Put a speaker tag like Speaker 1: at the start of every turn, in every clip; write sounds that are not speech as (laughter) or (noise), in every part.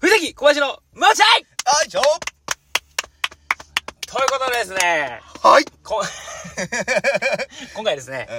Speaker 1: 藤崎小林のマーチャイ
Speaker 2: はい、じゃあ
Speaker 1: ということでですね、
Speaker 2: はい。 (laughs)
Speaker 1: こ今回ですね、
Speaker 2: う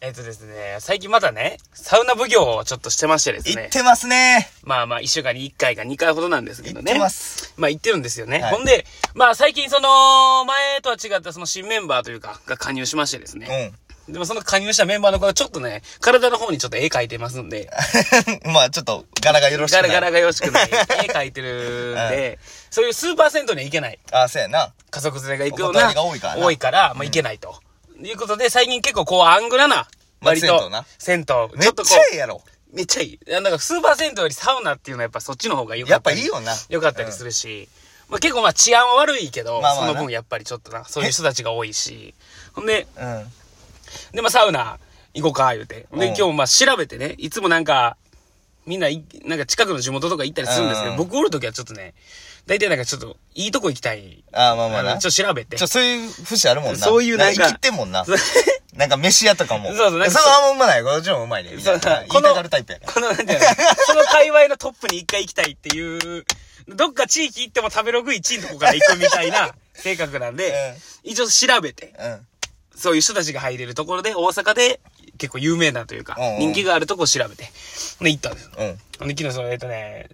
Speaker 1: えっとですね、最近まだね、サウナ奉行をちょっとしてましてです
Speaker 2: ん。行
Speaker 1: ね
Speaker 2: っ、てますね。
Speaker 1: まあまあ、一週間に一回か二回ほどなんですけ
Speaker 2: 行
Speaker 1: ど
Speaker 2: っ
Speaker 1: ね。
Speaker 2: てます。
Speaker 1: まあ言ってるんですよね。
Speaker 2: はい
Speaker 1: ほんで、まあ最近その、前とは違ったその新メンバーというか、が加入しましてです
Speaker 2: う
Speaker 1: ね。
Speaker 2: ん。
Speaker 1: でもその加入したメンバーの子がちょっとね、体の方にちょっと絵描いてますんで、
Speaker 2: (laughs) まあ、ちょっと、柄がよろしくな
Speaker 1: ガ
Speaker 2: い。
Speaker 1: ラガラがよろしくない絵描いてるんで、そういうスーパー銭湯には行けない。
Speaker 2: あ、そうやな。
Speaker 1: 家族連れが行くよう
Speaker 2: お断
Speaker 1: な、
Speaker 2: りが多いからな
Speaker 1: からまあ行けないと。いうことで、最近結構こう、アングラな、
Speaker 2: まあ
Speaker 1: 割と、
Speaker 2: 銭湯な
Speaker 1: 銭湯。ちょっ
Speaker 2: めっ
Speaker 1: とこ
Speaker 2: ちゃええ
Speaker 1: う、
Speaker 2: やろ。
Speaker 1: めっちゃいい。なんかスーパー銭湯よりサウナっていうのはやっぱそっちの方が良か
Speaker 2: や
Speaker 1: っ
Speaker 2: ったぱ
Speaker 1: り。
Speaker 2: いいよな。
Speaker 1: 良かったりするし、まあ、結構まあ治安は悪いけど、
Speaker 2: まあまあな
Speaker 1: その分やっぱりちょっとな、そういう人たちが多いし、ほんで、
Speaker 2: うん。うん。
Speaker 1: でまあサウナ行こうか、言うて。ほんで
Speaker 2: うん
Speaker 1: 今日まあ調べてね、いつもなんか、みんない、なんか近くの地元とか行ったりするんですけど、
Speaker 2: うん
Speaker 1: 僕おるときはちょっとね、大体なんかちょっと、いいとこ行きたい。
Speaker 2: あまあまあ
Speaker 1: あ
Speaker 2: な。
Speaker 1: の
Speaker 2: ち
Speaker 1: ちょ
Speaker 2: ょ、
Speaker 1: っと調べて。
Speaker 2: そういう節あるもんな。
Speaker 1: そういうなんか
Speaker 2: 生きてんもんな。
Speaker 1: そう
Speaker 2: (laughs) なんか、飯屋とかも。
Speaker 1: そうそうなんか
Speaker 2: それはあんまうまない。こっちもうまいね。みたいな。言いたがるタイプやから。
Speaker 1: この、なんていうのその界隈のトップに一回行きたいっていう、どっか地域行っても食べログ1位のとこから行くみたい
Speaker 2: (laughs)
Speaker 1: な性格なんで、一応調べて、
Speaker 2: うん。
Speaker 1: そういう人たちが入れるところで、大阪で結構有名なというか、
Speaker 2: うんうん
Speaker 1: 人気があるとこを調べて、で、行ったんですよ。
Speaker 2: うん。
Speaker 1: ほんで、昨日その、えっとね、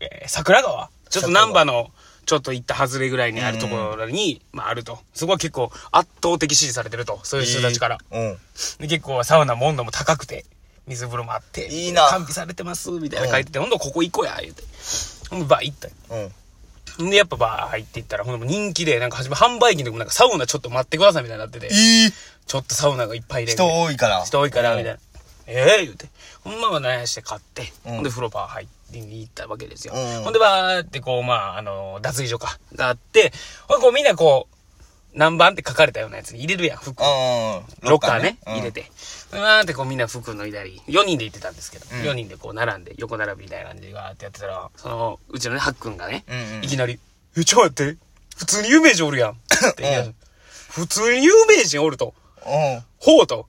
Speaker 1: えー桜川ちょっと難波の、ちょっと行った外れぐらいにあるところに、まああると。そこは結構圧倒的支持されてると。そういう人たちから。
Speaker 2: うん。
Speaker 1: で結構サウナも温度も高くて、水風呂もあって、
Speaker 2: いいな
Speaker 1: 完備されてます、みたいな書いてて、ほんとここ行こうや、言うて。ほんで、バー行ったよ。
Speaker 2: うん。
Speaker 1: んで、やっぱバー入っていったら、ほんでもう人気で、なんか初め販売機のとこもなんかサウナちょっと待ってくださいみたいになってて、
Speaker 2: いい。
Speaker 1: ちょっとサウナがいっぱいで。
Speaker 2: 人多いから。
Speaker 1: 人多いから、
Speaker 2: うん
Speaker 1: みたいな。ええ言うて。ほんまは悩して買って、
Speaker 2: うん
Speaker 1: ほんで風呂バー入って行ったわけですよ。
Speaker 2: うん
Speaker 1: ほんでバーってこう、まあ、あの、脱衣所か、があって、ほんでこうみんなこう、何番って書かれたようなやつに入れるやん、服。
Speaker 2: うん。
Speaker 1: ロッカーね、
Speaker 2: うん
Speaker 1: 入れて。うわーってこうみんな服脱いだり、4人で行ってたんですけど、
Speaker 2: うん
Speaker 1: 4人でこう並んで、横並びみたいな感じでわーってやってたら、その、うちのね、ハックンがね、
Speaker 2: うんうん
Speaker 1: いきなり、え、ちょっと待って、普通に有名人おるやん。って言い出し
Speaker 2: うん
Speaker 1: 普通に有名人おると。
Speaker 2: うん。
Speaker 1: ほうと。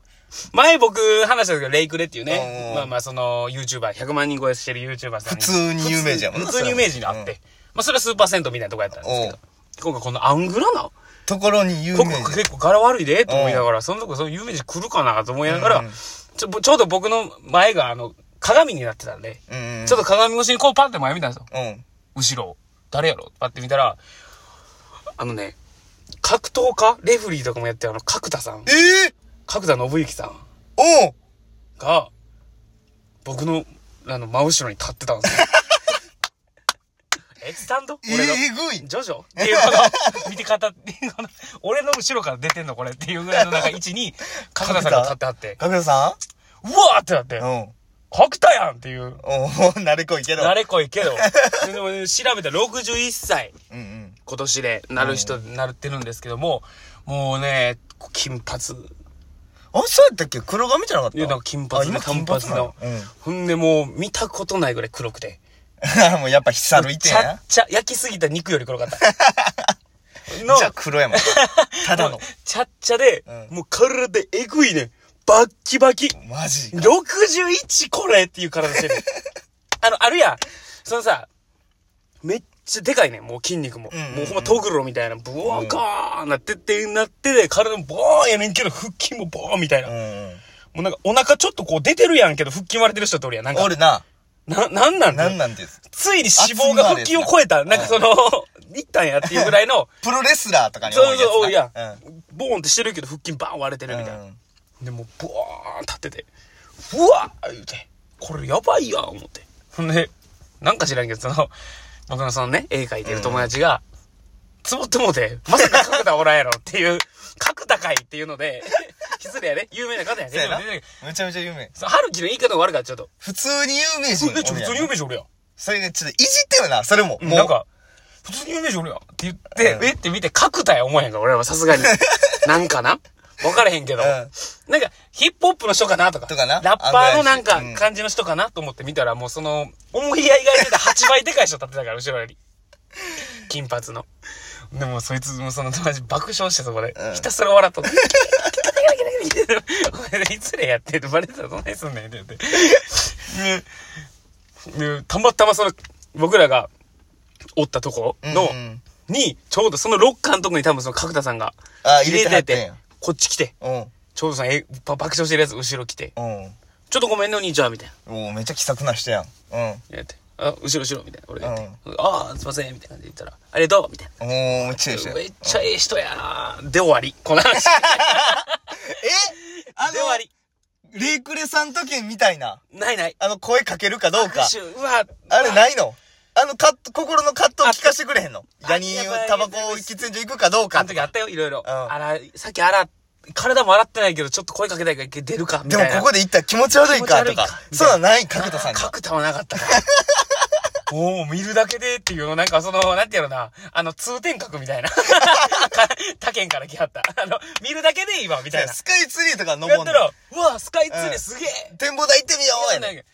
Speaker 1: 前僕話したんですけど、レイクレっていう
Speaker 2: うん
Speaker 1: ね
Speaker 2: う、ん
Speaker 1: まあまあその YouTuber、100万人超えしてる YouTuber さんに。
Speaker 2: 普通に有名人やもんな
Speaker 1: 普通に有名人があって。
Speaker 2: うん
Speaker 1: まあそれはスーパーセントみたいなとこやったんですけ
Speaker 2: う
Speaker 1: ど
Speaker 2: ん。
Speaker 1: 今回このアングラな
Speaker 2: ところに有
Speaker 1: 僕
Speaker 2: 名人。
Speaker 1: 結構柄悪いでと思いながら、そのとこその有名人来るかなと思いながら、
Speaker 2: うん
Speaker 1: ちょちょうど僕の前があの、鏡になってたんで、
Speaker 2: うんうん。
Speaker 1: ちょっと鏡越しにこうパッて前見たんですよ。
Speaker 2: うん。
Speaker 1: 後ろを。誰やろパッて見たら、あのね、格闘家レフリーとかもやってるあの、角田さん
Speaker 2: え。え
Speaker 1: 角田信之さん
Speaker 2: おう
Speaker 1: が、僕の、あの、真後ろに立ってたんです
Speaker 2: (laughs)
Speaker 1: よ。え、スタンド
Speaker 2: え
Speaker 1: 俺の。
Speaker 2: ぐい
Speaker 1: ジョジョっていうこの、見て方っていうこの、俺の後ろから出てんのこれっていうぐらいの中位置に、角田さんが立ってあって、
Speaker 2: 角田さ
Speaker 1: うわーってなって、
Speaker 2: んうん。
Speaker 1: 角田やんっていう。
Speaker 2: おう、 (laughs) 慣れこいけど。
Speaker 1: 慣れこいけど。でもね調べたら61歳、
Speaker 2: うんうん。
Speaker 1: 今年でなる人、なってるんですけども、もうね、金髪。
Speaker 2: あ、そうやったっけ黒髪じゃなかった
Speaker 1: いや、なんか金髪
Speaker 2: あ
Speaker 1: の
Speaker 2: 今
Speaker 1: 単
Speaker 2: 金
Speaker 1: 髪
Speaker 2: 髪な
Speaker 1: の
Speaker 2: の。うん。
Speaker 1: ほんでもう、見たことないぐらい黒くて。
Speaker 2: (laughs) もうやっぱ必殺の一
Speaker 1: ち
Speaker 2: 点
Speaker 1: ゃ
Speaker 2: や
Speaker 1: っ。ちゃ、焼きすぎた肉より黒
Speaker 2: (laughs)
Speaker 1: かった。の
Speaker 2: じゃあ
Speaker 1: (laughs)
Speaker 2: 黒やもん。ただの。
Speaker 1: ちゃっちゃで、
Speaker 2: う
Speaker 1: もう体でえぐいね。バッキバキ。
Speaker 2: マジ。
Speaker 1: 61これっていう体して
Speaker 2: (laughs)
Speaker 1: る。あの、あるやん。そのさ、めっちゃでかいね。もう筋肉も。
Speaker 2: うんうんうん
Speaker 1: もうほんまトグロみたいな、ブワーカーなってって、なってで、体もボーンやねんけど、腹筋もボーンみたいな。
Speaker 2: う
Speaker 1: も
Speaker 2: んうん。
Speaker 1: うなんかお腹ちょっとこう出てるやんけど、腹筋割れてる人っておるやん。なんか
Speaker 2: お、るな。
Speaker 1: な、なんなん
Speaker 2: なん
Speaker 1: なん
Speaker 2: なんです。
Speaker 1: ついに脂肪が腹筋を超えた。
Speaker 2: 厚
Speaker 1: な
Speaker 2: み
Speaker 1: ん
Speaker 2: の
Speaker 1: か
Speaker 2: あるやつ
Speaker 1: その、 (laughs) いったんやっていうぐらい
Speaker 2: (laughs)
Speaker 1: の、
Speaker 2: プロレスラーとかに
Speaker 1: そうそう、
Speaker 2: 多
Speaker 1: 多
Speaker 2: い
Speaker 1: いや
Speaker 2: やつ
Speaker 1: ん
Speaker 2: な。
Speaker 1: ボーンってしてるけど、腹筋バーン割れてるみたいな。
Speaker 2: うんうん
Speaker 1: で、もう、ブワーン立ってて、うわー言うて、これやばいやん、思って。ほんで、なんか知らんけど、その、僕のそのね、絵描いてる友達が、つぼってもうて、まさか角田おらんやろっていう、角田かいっていうので、 (laughs) 失礼やね、有名な方やね。
Speaker 2: そうやな。
Speaker 1: でも出て
Speaker 2: めちゃめちゃ有名。
Speaker 1: その春樹の言い方が悪かった、ちょっと。
Speaker 2: 普通に有名人おる
Speaker 1: 普
Speaker 2: やん。
Speaker 1: 通に有名人おるやん。
Speaker 2: それでちょっといじってよな、それも。もう
Speaker 1: なん、か、普通に有名人おるやんって言って、
Speaker 2: うん
Speaker 1: えって見て、角田や思えへんから、俺はさす
Speaker 2: (laughs)
Speaker 1: がに。なんかな分からへんけど、
Speaker 2: うん
Speaker 1: なんか、ヒップホップの人かなとか、
Speaker 2: とかな
Speaker 1: ラッパーのなんか
Speaker 2: 案外うん
Speaker 1: 感じの人かなと思って見たら、もうその、思い合いが出てた8倍でかい人立ってたから、後ろより。金髪の。でも、そいつもその友達爆笑してそこで、
Speaker 2: うん
Speaker 1: ひたすら笑っとって。お前いつれやってってバレたらどないすんねんって言って。ででたまたまその、僕らが、おったとこ
Speaker 2: うん
Speaker 1: の、
Speaker 2: うん
Speaker 1: に、ちょうどそのロッカーのとこに多分その角田さんが
Speaker 2: あ
Speaker 1: 入れて
Speaker 2: 入れ
Speaker 1: て、
Speaker 2: てはったんや
Speaker 1: こっち来て、
Speaker 2: うん。
Speaker 1: ちょうどさん、え、ば爆笑してるやつ後ろ来て、
Speaker 2: うん。
Speaker 1: ちょっとごめんねお兄ちゃん、みたいな。
Speaker 2: おーめっちゃ気さくな人やん。うん。
Speaker 1: やって、あ、後ろ後ろ、みたいな。俺がやって、ああ、すいません、みたいな感じで言ったら、ありがとう、みたいな。
Speaker 2: おーめっちゃいい人やん。
Speaker 1: め
Speaker 2: え
Speaker 1: っちゃええ人やなで終わり。この話。
Speaker 2: あ
Speaker 1: で終わり。
Speaker 2: の、レイクレさん時みたいな、
Speaker 1: ないない。
Speaker 2: あの声かけるかどうか
Speaker 1: 拍。手うわ、
Speaker 2: あれないのあのカット、心のカットを聞かせてくれへんの
Speaker 1: あ
Speaker 2: ジャニーズタバコを喫煙所行くかどうか
Speaker 1: あの時あったよ、いろいろ。
Speaker 2: ん
Speaker 1: あら、さっき洗っ、体も洗ってないけど、ちょっと声かけたいから出るか、み
Speaker 2: で
Speaker 1: た
Speaker 2: も
Speaker 1: いな。
Speaker 2: ここで行ったら気持ち悪いかと
Speaker 1: 気持ち悪いか
Speaker 2: か。そうなんない角田さんには。
Speaker 1: 角田はなかった
Speaker 2: (laughs)
Speaker 1: から。おお見るだけでっていうの、なんかその、なんていうのな、あの、通天閣み
Speaker 2: (laughs)
Speaker 1: たいな。か他県から来はった。あの、見るだけでいいわ、みたいな。
Speaker 2: スカイツリーとか登
Speaker 1: や
Speaker 2: ん
Speaker 1: った
Speaker 2: で。
Speaker 1: ら、うわ、スカイツリー
Speaker 2: うん
Speaker 1: すげえ
Speaker 2: 展望台行ってみようや
Speaker 1: いや
Speaker 2: ね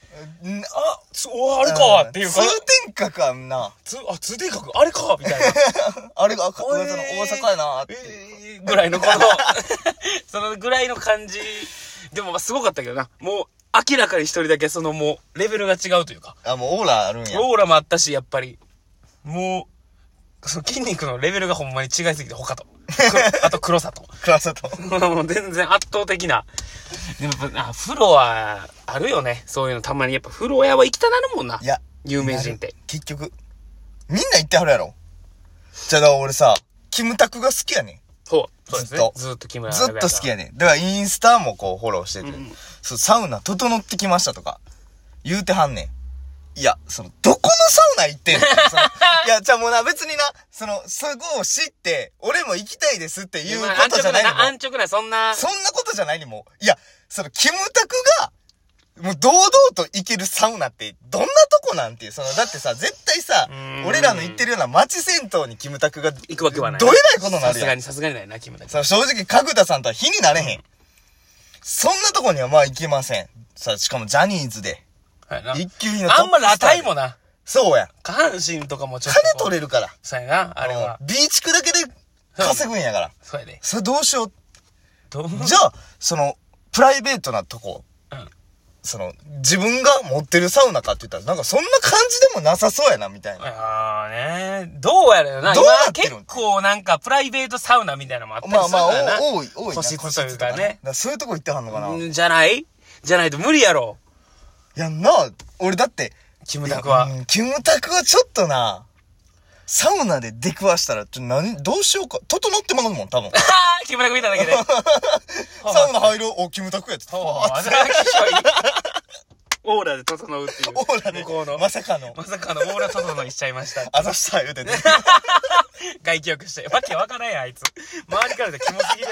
Speaker 2: うん
Speaker 1: あ、つ、うわあれかっていう
Speaker 2: 通
Speaker 1: か、
Speaker 2: 天閣あんな。
Speaker 1: つ、あ、通天閣あれかみたいな。
Speaker 2: あれが、あ
Speaker 1: おい
Speaker 2: 大阪やなって。
Speaker 1: えーぐらいのこ (laughs) の、そのぐらいの感じ。でもまあすごかったけどな。もう明らかに一人だけそのもうレベルが違うというか。
Speaker 2: (laughs) あ、もうオーラあるんや。
Speaker 1: オーラもあったし、やっぱり。もう、その筋肉のレベルがほんまに違いすぎて他と。 (laughs) くあと黒さと。
Speaker 2: 暗さと。
Speaker 1: もう全然圧倒的な。でもやっぱあ、風呂はあるよね。そういうのたまに。やっぱ風呂屋は行きたなるもんな。
Speaker 2: いや。
Speaker 1: 有名人って。
Speaker 2: 結局。みんな言ってはるやろ。じゃあだから俺さ、キムタクが好きやねん。
Speaker 1: そう。そうですね。ず
Speaker 2: ず
Speaker 1: っと木村
Speaker 2: ずっと好き
Speaker 1: や。
Speaker 2: やねん。だからインスタもこうフォローしてて、
Speaker 1: うん
Speaker 2: そうサウナ整ってきましたとか、言うてはんねん。いや、その、どこのサウナ行ってんのそのいや、じゃあもうな、別にな、その、そこを知って、俺も行きたいですっていうこ
Speaker 1: まあ安
Speaker 2: とじゃ
Speaker 1: 直
Speaker 2: ないの
Speaker 1: な、
Speaker 2: も
Speaker 1: 安直な、そんな。
Speaker 2: そんなことじゃないにもう、いや、その、キムタクが、もう堂々と行けるサウナって、どんなとこなんていう、その、だってさ、絶対さ
Speaker 1: うーん、
Speaker 2: 俺らの行ってるような町銭湯にキムタクが、
Speaker 1: 行くわけはない。
Speaker 2: どえらいことにな
Speaker 1: さ
Speaker 2: る
Speaker 1: すが
Speaker 2: やん。
Speaker 1: に、さすがにないな、木村君。
Speaker 2: さ、正直、角田さんとは比になれへん。そんなとこにはまあ行きません。さ、しかもジャニーズで。
Speaker 1: はいな
Speaker 2: 一級品の
Speaker 1: あんま
Speaker 2: トップ
Speaker 1: 裸
Speaker 2: スターで
Speaker 1: 体もな。
Speaker 2: そうや。
Speaker 1: 下半身とかもちょっとこ
Speaker 2: 金
Speaker 1: う。
Speaker 2: 取れるから。
Speaker 1: そうやな、あれは
Speaker 2: うん。ビーチクだけで稼ぐんやから。
Speaker 1: そうやで。
Speaker 2: それどうしよう。
Speaker 1: どう
Speaker 2: じゃあ、その、プライベートなとこ、
Speaker 1: うん
Speaker 2: その、自分が持ってるサウナかって言ったら、なんかそんな感じでもなさそうやな、みたいな。
Speaker 1: あーねどうやろよな。
Speaker 2: どうなってる
Speaker 1: 今結構なんかプライベートサウナみたいなのもあったりす
Speaker 2: まあ
Speaker 1: るか
Speaker 2: まあ、
Speaker 1: らな。
Speaker 2: お多い、多いな。
Speaker 1: 個室というかね
Speaker 2: 個室だらそういうとこ行ってはんのかな。い
Speaker 1: んじゃないじゃないと無理やろ。
Speaker 2: や、なあ、俺だって、
Speaker 1: キムタクは (laughs)
Speaker 2: うんキムタクはちょっとな、サウナで出くわしたら、ちょ、何、どうしようか。整ってもらうもん、
Speaker 1: (laughs)
Speaker 2: 多分。
Speaker 1: あー木村君見ただけ
Speaker 2: (laughs)
Speaker 1: で。
Speaker 2: サウナ入ろう、お、キムタクやって。
Speaker 1: そう、
Speaker 2: わ
Speaker 1: あ
Speaker 2: 熱
Speaker 1: れ
Speaker 2: い
Speaker 1: はきしょい。 (laughs) オーラで整うっていう。
Speaker 2: オーラで
Speaker 1: 向こうの。
Speaker 2: まさかの
Speaker 1: まさかのオーラ整いしちゃいました。
Speaker 2: あざした、言う
Speaker 1: (laughs)
Speaker 2: てね。
Speaker 1: 外気浴して。わけわからんやん、あいつ。周りからでキモすぎる。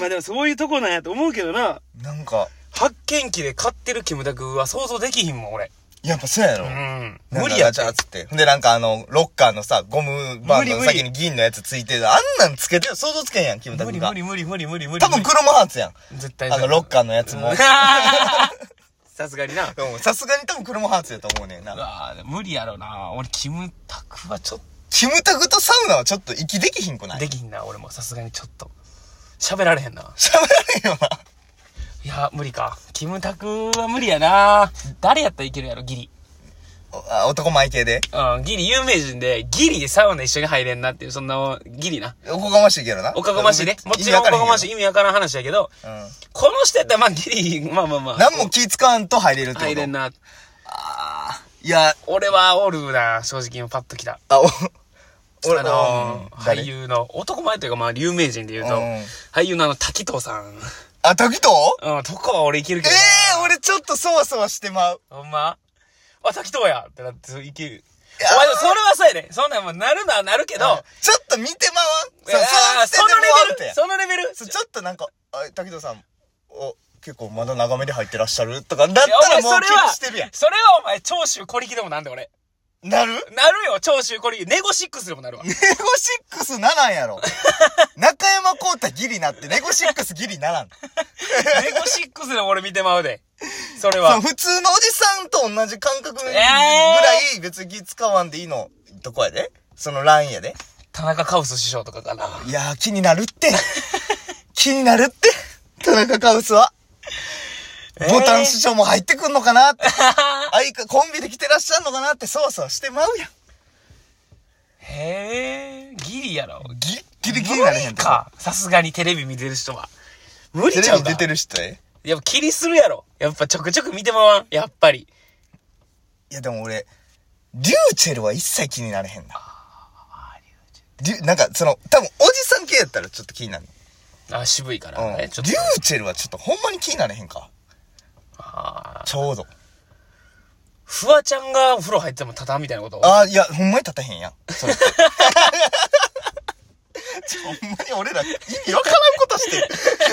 Speaker 1: まあでもそういうとこなんやと思うけどな。
Speaker 2: なんか、
Speaker 1: 発見器で買ってるキムタクは想像できひんもん、俺。
Speaker 2: やっぱそうやろ。
Speaker 1: うん。
Speaker 2: 無
Speaker 1: 無
Speaker 2: 理
Speaker 1: 理
Speaker 2: や
Speaker 1: や
Speaker 2: じゃあつって。で、なんかあの、ロッカーのさ、ゴムバンドの
Speaker 1: 無理無理
Speaker 2: 先に銀のやつついてる。あんなんつけてよ。想像つけんやん、キムタ
Speaker 1: 無
Speaker 2: ク
Speaker 1: 理
Speaker 2: が
Speaker 1: 無。理無理無理無理無理。
Speaker 2: 多分クロマハーツやん。
Speaker 1: 絶対
Speaker 2: あの、ロッ
Speaker 1: ー
Speaker 2: カーのやつも。
Speaker 1: さすがにな。
Speaker 2: うんさすがに多分クロマハーツやと思うねん
Speaker 1: う
Speaker 2: な。
Speaker 1: わぁ無理やろな。俺、キムタクはちょっ
Speaker 2: キムタクとサウナはちょっと息できひんくな
Speaker 1: と、で
Speaker 2: い
Speaker 1: きひんな、俺も。さすがにちょっと。喋られへんな。
Speaker 2: 喋られんよな。
Speaker 1: いや、無理か。キムタクは無理やな。誰やったらいけるやろ、ギリ。
Speaker 2: おあ男前系で。
Speaker 1: うん、ギリ有名人で、ギリでサウナ一緒に入れんなっていう、そんな、ギリな。
Speaker 2: おこがましいけどな。
Speaker 1: おかがましいね。もちろんおかがましい
Speaker 2: い。
Speaker 1: 意味わからん話やけど、
Speaker 2: うん。
Speaker 1: この人やったらまあギリ、まあまあまあ。
Speaker 2: 何も気使わんと入れるってこと。
Speaker 1: 入れんな。
Speaker 2: あーいや、
Speaker 1: 俺はおるな、正直今パッと来た。
Speaker 2: あ、お、
Speaker 1: あの、
Speaker 2: うん
Speaker 1: 俳優の、男前というかまあ有名人で言うと、
Speaker 2: うん
Speaker 1: 俳優のあの滝藤さん。
Speaker 2: あ、滝と
Speaker 1: うん、とかは俺いける
Speaker 2: え
Speaker 1: けどな。
Speaker 2: え、俺ちょっとそわそわしてまう。
Speaker 1: ほんまあ、滝藤やってなって、そういける。
Speaker 2: や
Speaker 1: お前でもそれはそうやね。そんなんもうなるのはなるけど、
Speaker 2: ちょっと見てま
Speaker 1: いや
Speaker 2: わん。
Speaker 1: あーそ
Speaker 2: そう
Speaker 1: の
Speaker 2: そう
Speaker 1: レ
Speaker 2: して
Speaker 1: ベル
Speaker 2: もらう
Speaker 1: そのレベル
Speaker 2: て。ちょっとなんか、あ、滝藤さん、お、結構まだ長めで入ってらっしゃるとか、だった
Speaker 1: いやお
Speaker 2: ら
Speaker 1: 前
Speaker 2: もう
Speaker 1: それ
Speaker 2: 気に
Speaker 1: は
Speaker 2: してるやん。
Speaker 1: それはお前、長州小力でもなんで俺。
Speaker 2: なる
Speaker 1: なるよ、長州小力。ネゴシックスでもなる
Speaker 2: (laughs)
Speaker 1: わ。
Speaker 2: ネゴシックスならんや
Speaker 1: (laughs)
Speaker 2: ろ。中山光太ギリなって、ネゴシックスギリならん。
Speaker 1: ネゴシックスでも俺見てまうで。それ (laughs)
Speaker 2: そ
Speaker 1: は
Speaker 2: う。普通のおじさんと同じ感覚ぐらい、別に気使わんでいいの、とこやで。そのラインやで。
Speaker 1: 田中カウス師匠とか
Speaker 2: (laughs)
Speaker 1: かな。
Speaker 2: いやー、気になるって。 (laughs) 気になるって。田中カウスは。
Speaker 1: えー
Speaker 2: ボタン師匠も入ってくんのかなって。あいか、コンビで来てらっしゃるのかなって、そうそうしてまうやん。
Speaker 1: へえ、ギリやろ。
Speaker 2: ギリギリギリなれへん
Speaker 1: 無理
Speaker 2: と
Speaker 1: か。さすがにテレビ見てる人は。無理
Speaker 2: テ
Speaker 1: ちゃ
Speaker 2: レ
Speaker 1: う
Speaker 2: ビ
Speaker 1: か
Speaker 2: 出てる人え
Speaker 1: やっぱ気にするやろ。やっぱちょくちょく見てまわん。やっぱり。
Speaker 2: いやでも俺、リューチェルは一切気になれへんな。リュなんかその、多分おじさん系やったらちょっと気になる。
Speaker 1: あ、渋いか
Speaker 2: うん。
Speaker 1: ら
Speaker 2: リュ
Speaker 1: ね。
Speaker 2: ー
Speaker 1: ちょっと。
Speaker 2: チェルはちょっとほんまに気になれへんか。
Speaker 1: あー
Speaker 2: ちょうど。
Speaker 1: フワちゃんがお風呂入っても畳みたいなこと
Speaker 2: ああ、いや、ほんまに立たへんやん。それってちょほんまに俺ら意味わからんことしてる。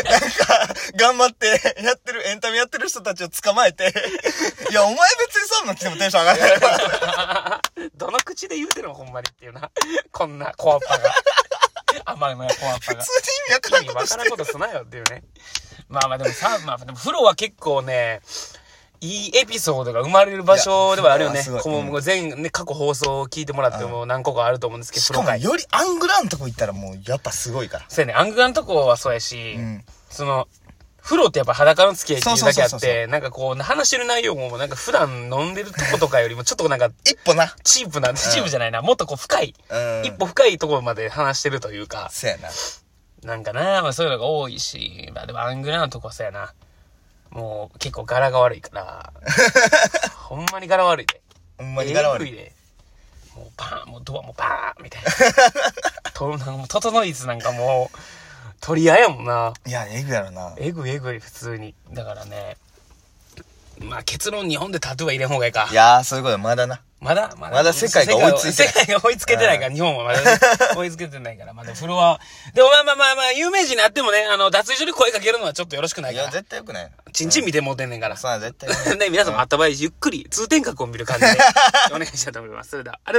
Speaker 2: なんか、頑張ってやってる、エンタメやってる人たちを捕まえて、いや、お前別にそんなん来てもテンション上がらないよ。
Speaker 1: どの口で言うてるのほんまにっていうな。こんなコアッパ
Speaker 2: (laughs)
Speaker 1: が。甘いなコアッパ
Speaker 2: 普
Speaker 1: が。
Speaker 2: 通に意味わからん
Speaker 1: 意味
Speaker 2: こと
Speaker 1: わ
Speaker 2: し
Speaker 1: か
Speaker 2: て
Speaker 1: らん
Speaker 2: る。
Speaker 1: ことすなよっていうね。まあまあでもさ、まあでも風呂は結構ね、いいエピソードが生まれる場所ではあるよ
Speaker 2: い
Speaker 1: ね
Speaker 2: や風呂は。す
Speaker 1: こ
Speaker 2: ごいう
Speaker 1: もう前、ね、過去放送を聞いてもらっても何個かあると思うんですけど、
Speaker 2: し
Speaker 1: 風
Speaker 2: か
Speaker 1: 呂
Speaker 2: も
Speaker 1: 会。
Speaker 2: よりアングラんとこ行ったらもうやっぱすごいから。
Speaker 1: そうやね、アングラのとこはそうやし、
Speaker 2: うん
Speaker 1: その、風呂ってやっぱ裸の付き合いっていうだけあ
Speaker 2: そうそうそう
Speaker 1: っ
Speaker 2: そうそ
Speaker 1: て、なんかこう、話してる内容もなんか普段飲んでるとことかよりもちょっとなんか、
Speaker 2: 一歩な。
Speaker 1: チープなんで、チープじゃないな、もっとこう深い、
Speaker 2: うん。
Speaker 1: 一。歩深いところまで話してるというか、
Speaker 2: そうやな。
Speaker 1: なんかな、まあそういうのが多いし、まあでもアングラのとこはそうやな。もう結構柄が悪い
Speaker 2: (laughs)
Speaker 1: から、ほんまに柄悪いで。
Speaker 2: ほんまに柄悪
Speaker 1: え
Speaker 2: い。
Speaker 1: ぐで。もうバーン、もうドアもバーンみたいな。
Speaker 2: (laughs)
Speaker 1: と、なんかもう整いつなんかもう、取り合いやもんな。
Speaker 2: いや、えぐやろな。
Speaker 1: えぐいえぐい普通に。だからね、まあ結論日本でタトゥーは入れん方がいいか
Speaker 2: い。やー、そういうことまだな。
Speaker 1: まだ、まだ、
Speaker 2: まだ世界が追いついてない
Speaker 1: 世界が追いつけてないから、日本はまだね、追いつけてないから、まだフロア、でもまあまあまあまあ、有名人になってもね、あの、脱衣所に声かけるのはちょっとよろしくない
Speaker 2: い
Speaker 1: か
Speaker 2: や、
Speaker 1: ら、
Speaker 2: 絶対よくない。
Speaker 1: ちんちん見てもうてんねんから。
Speaker 2: そうなん絶対よくない。
Speaker 1: ね、皆さんもあった場合、ゆっくり、通天閣を見る感じで、お願いしたいと思います。それでは、ありがとうございます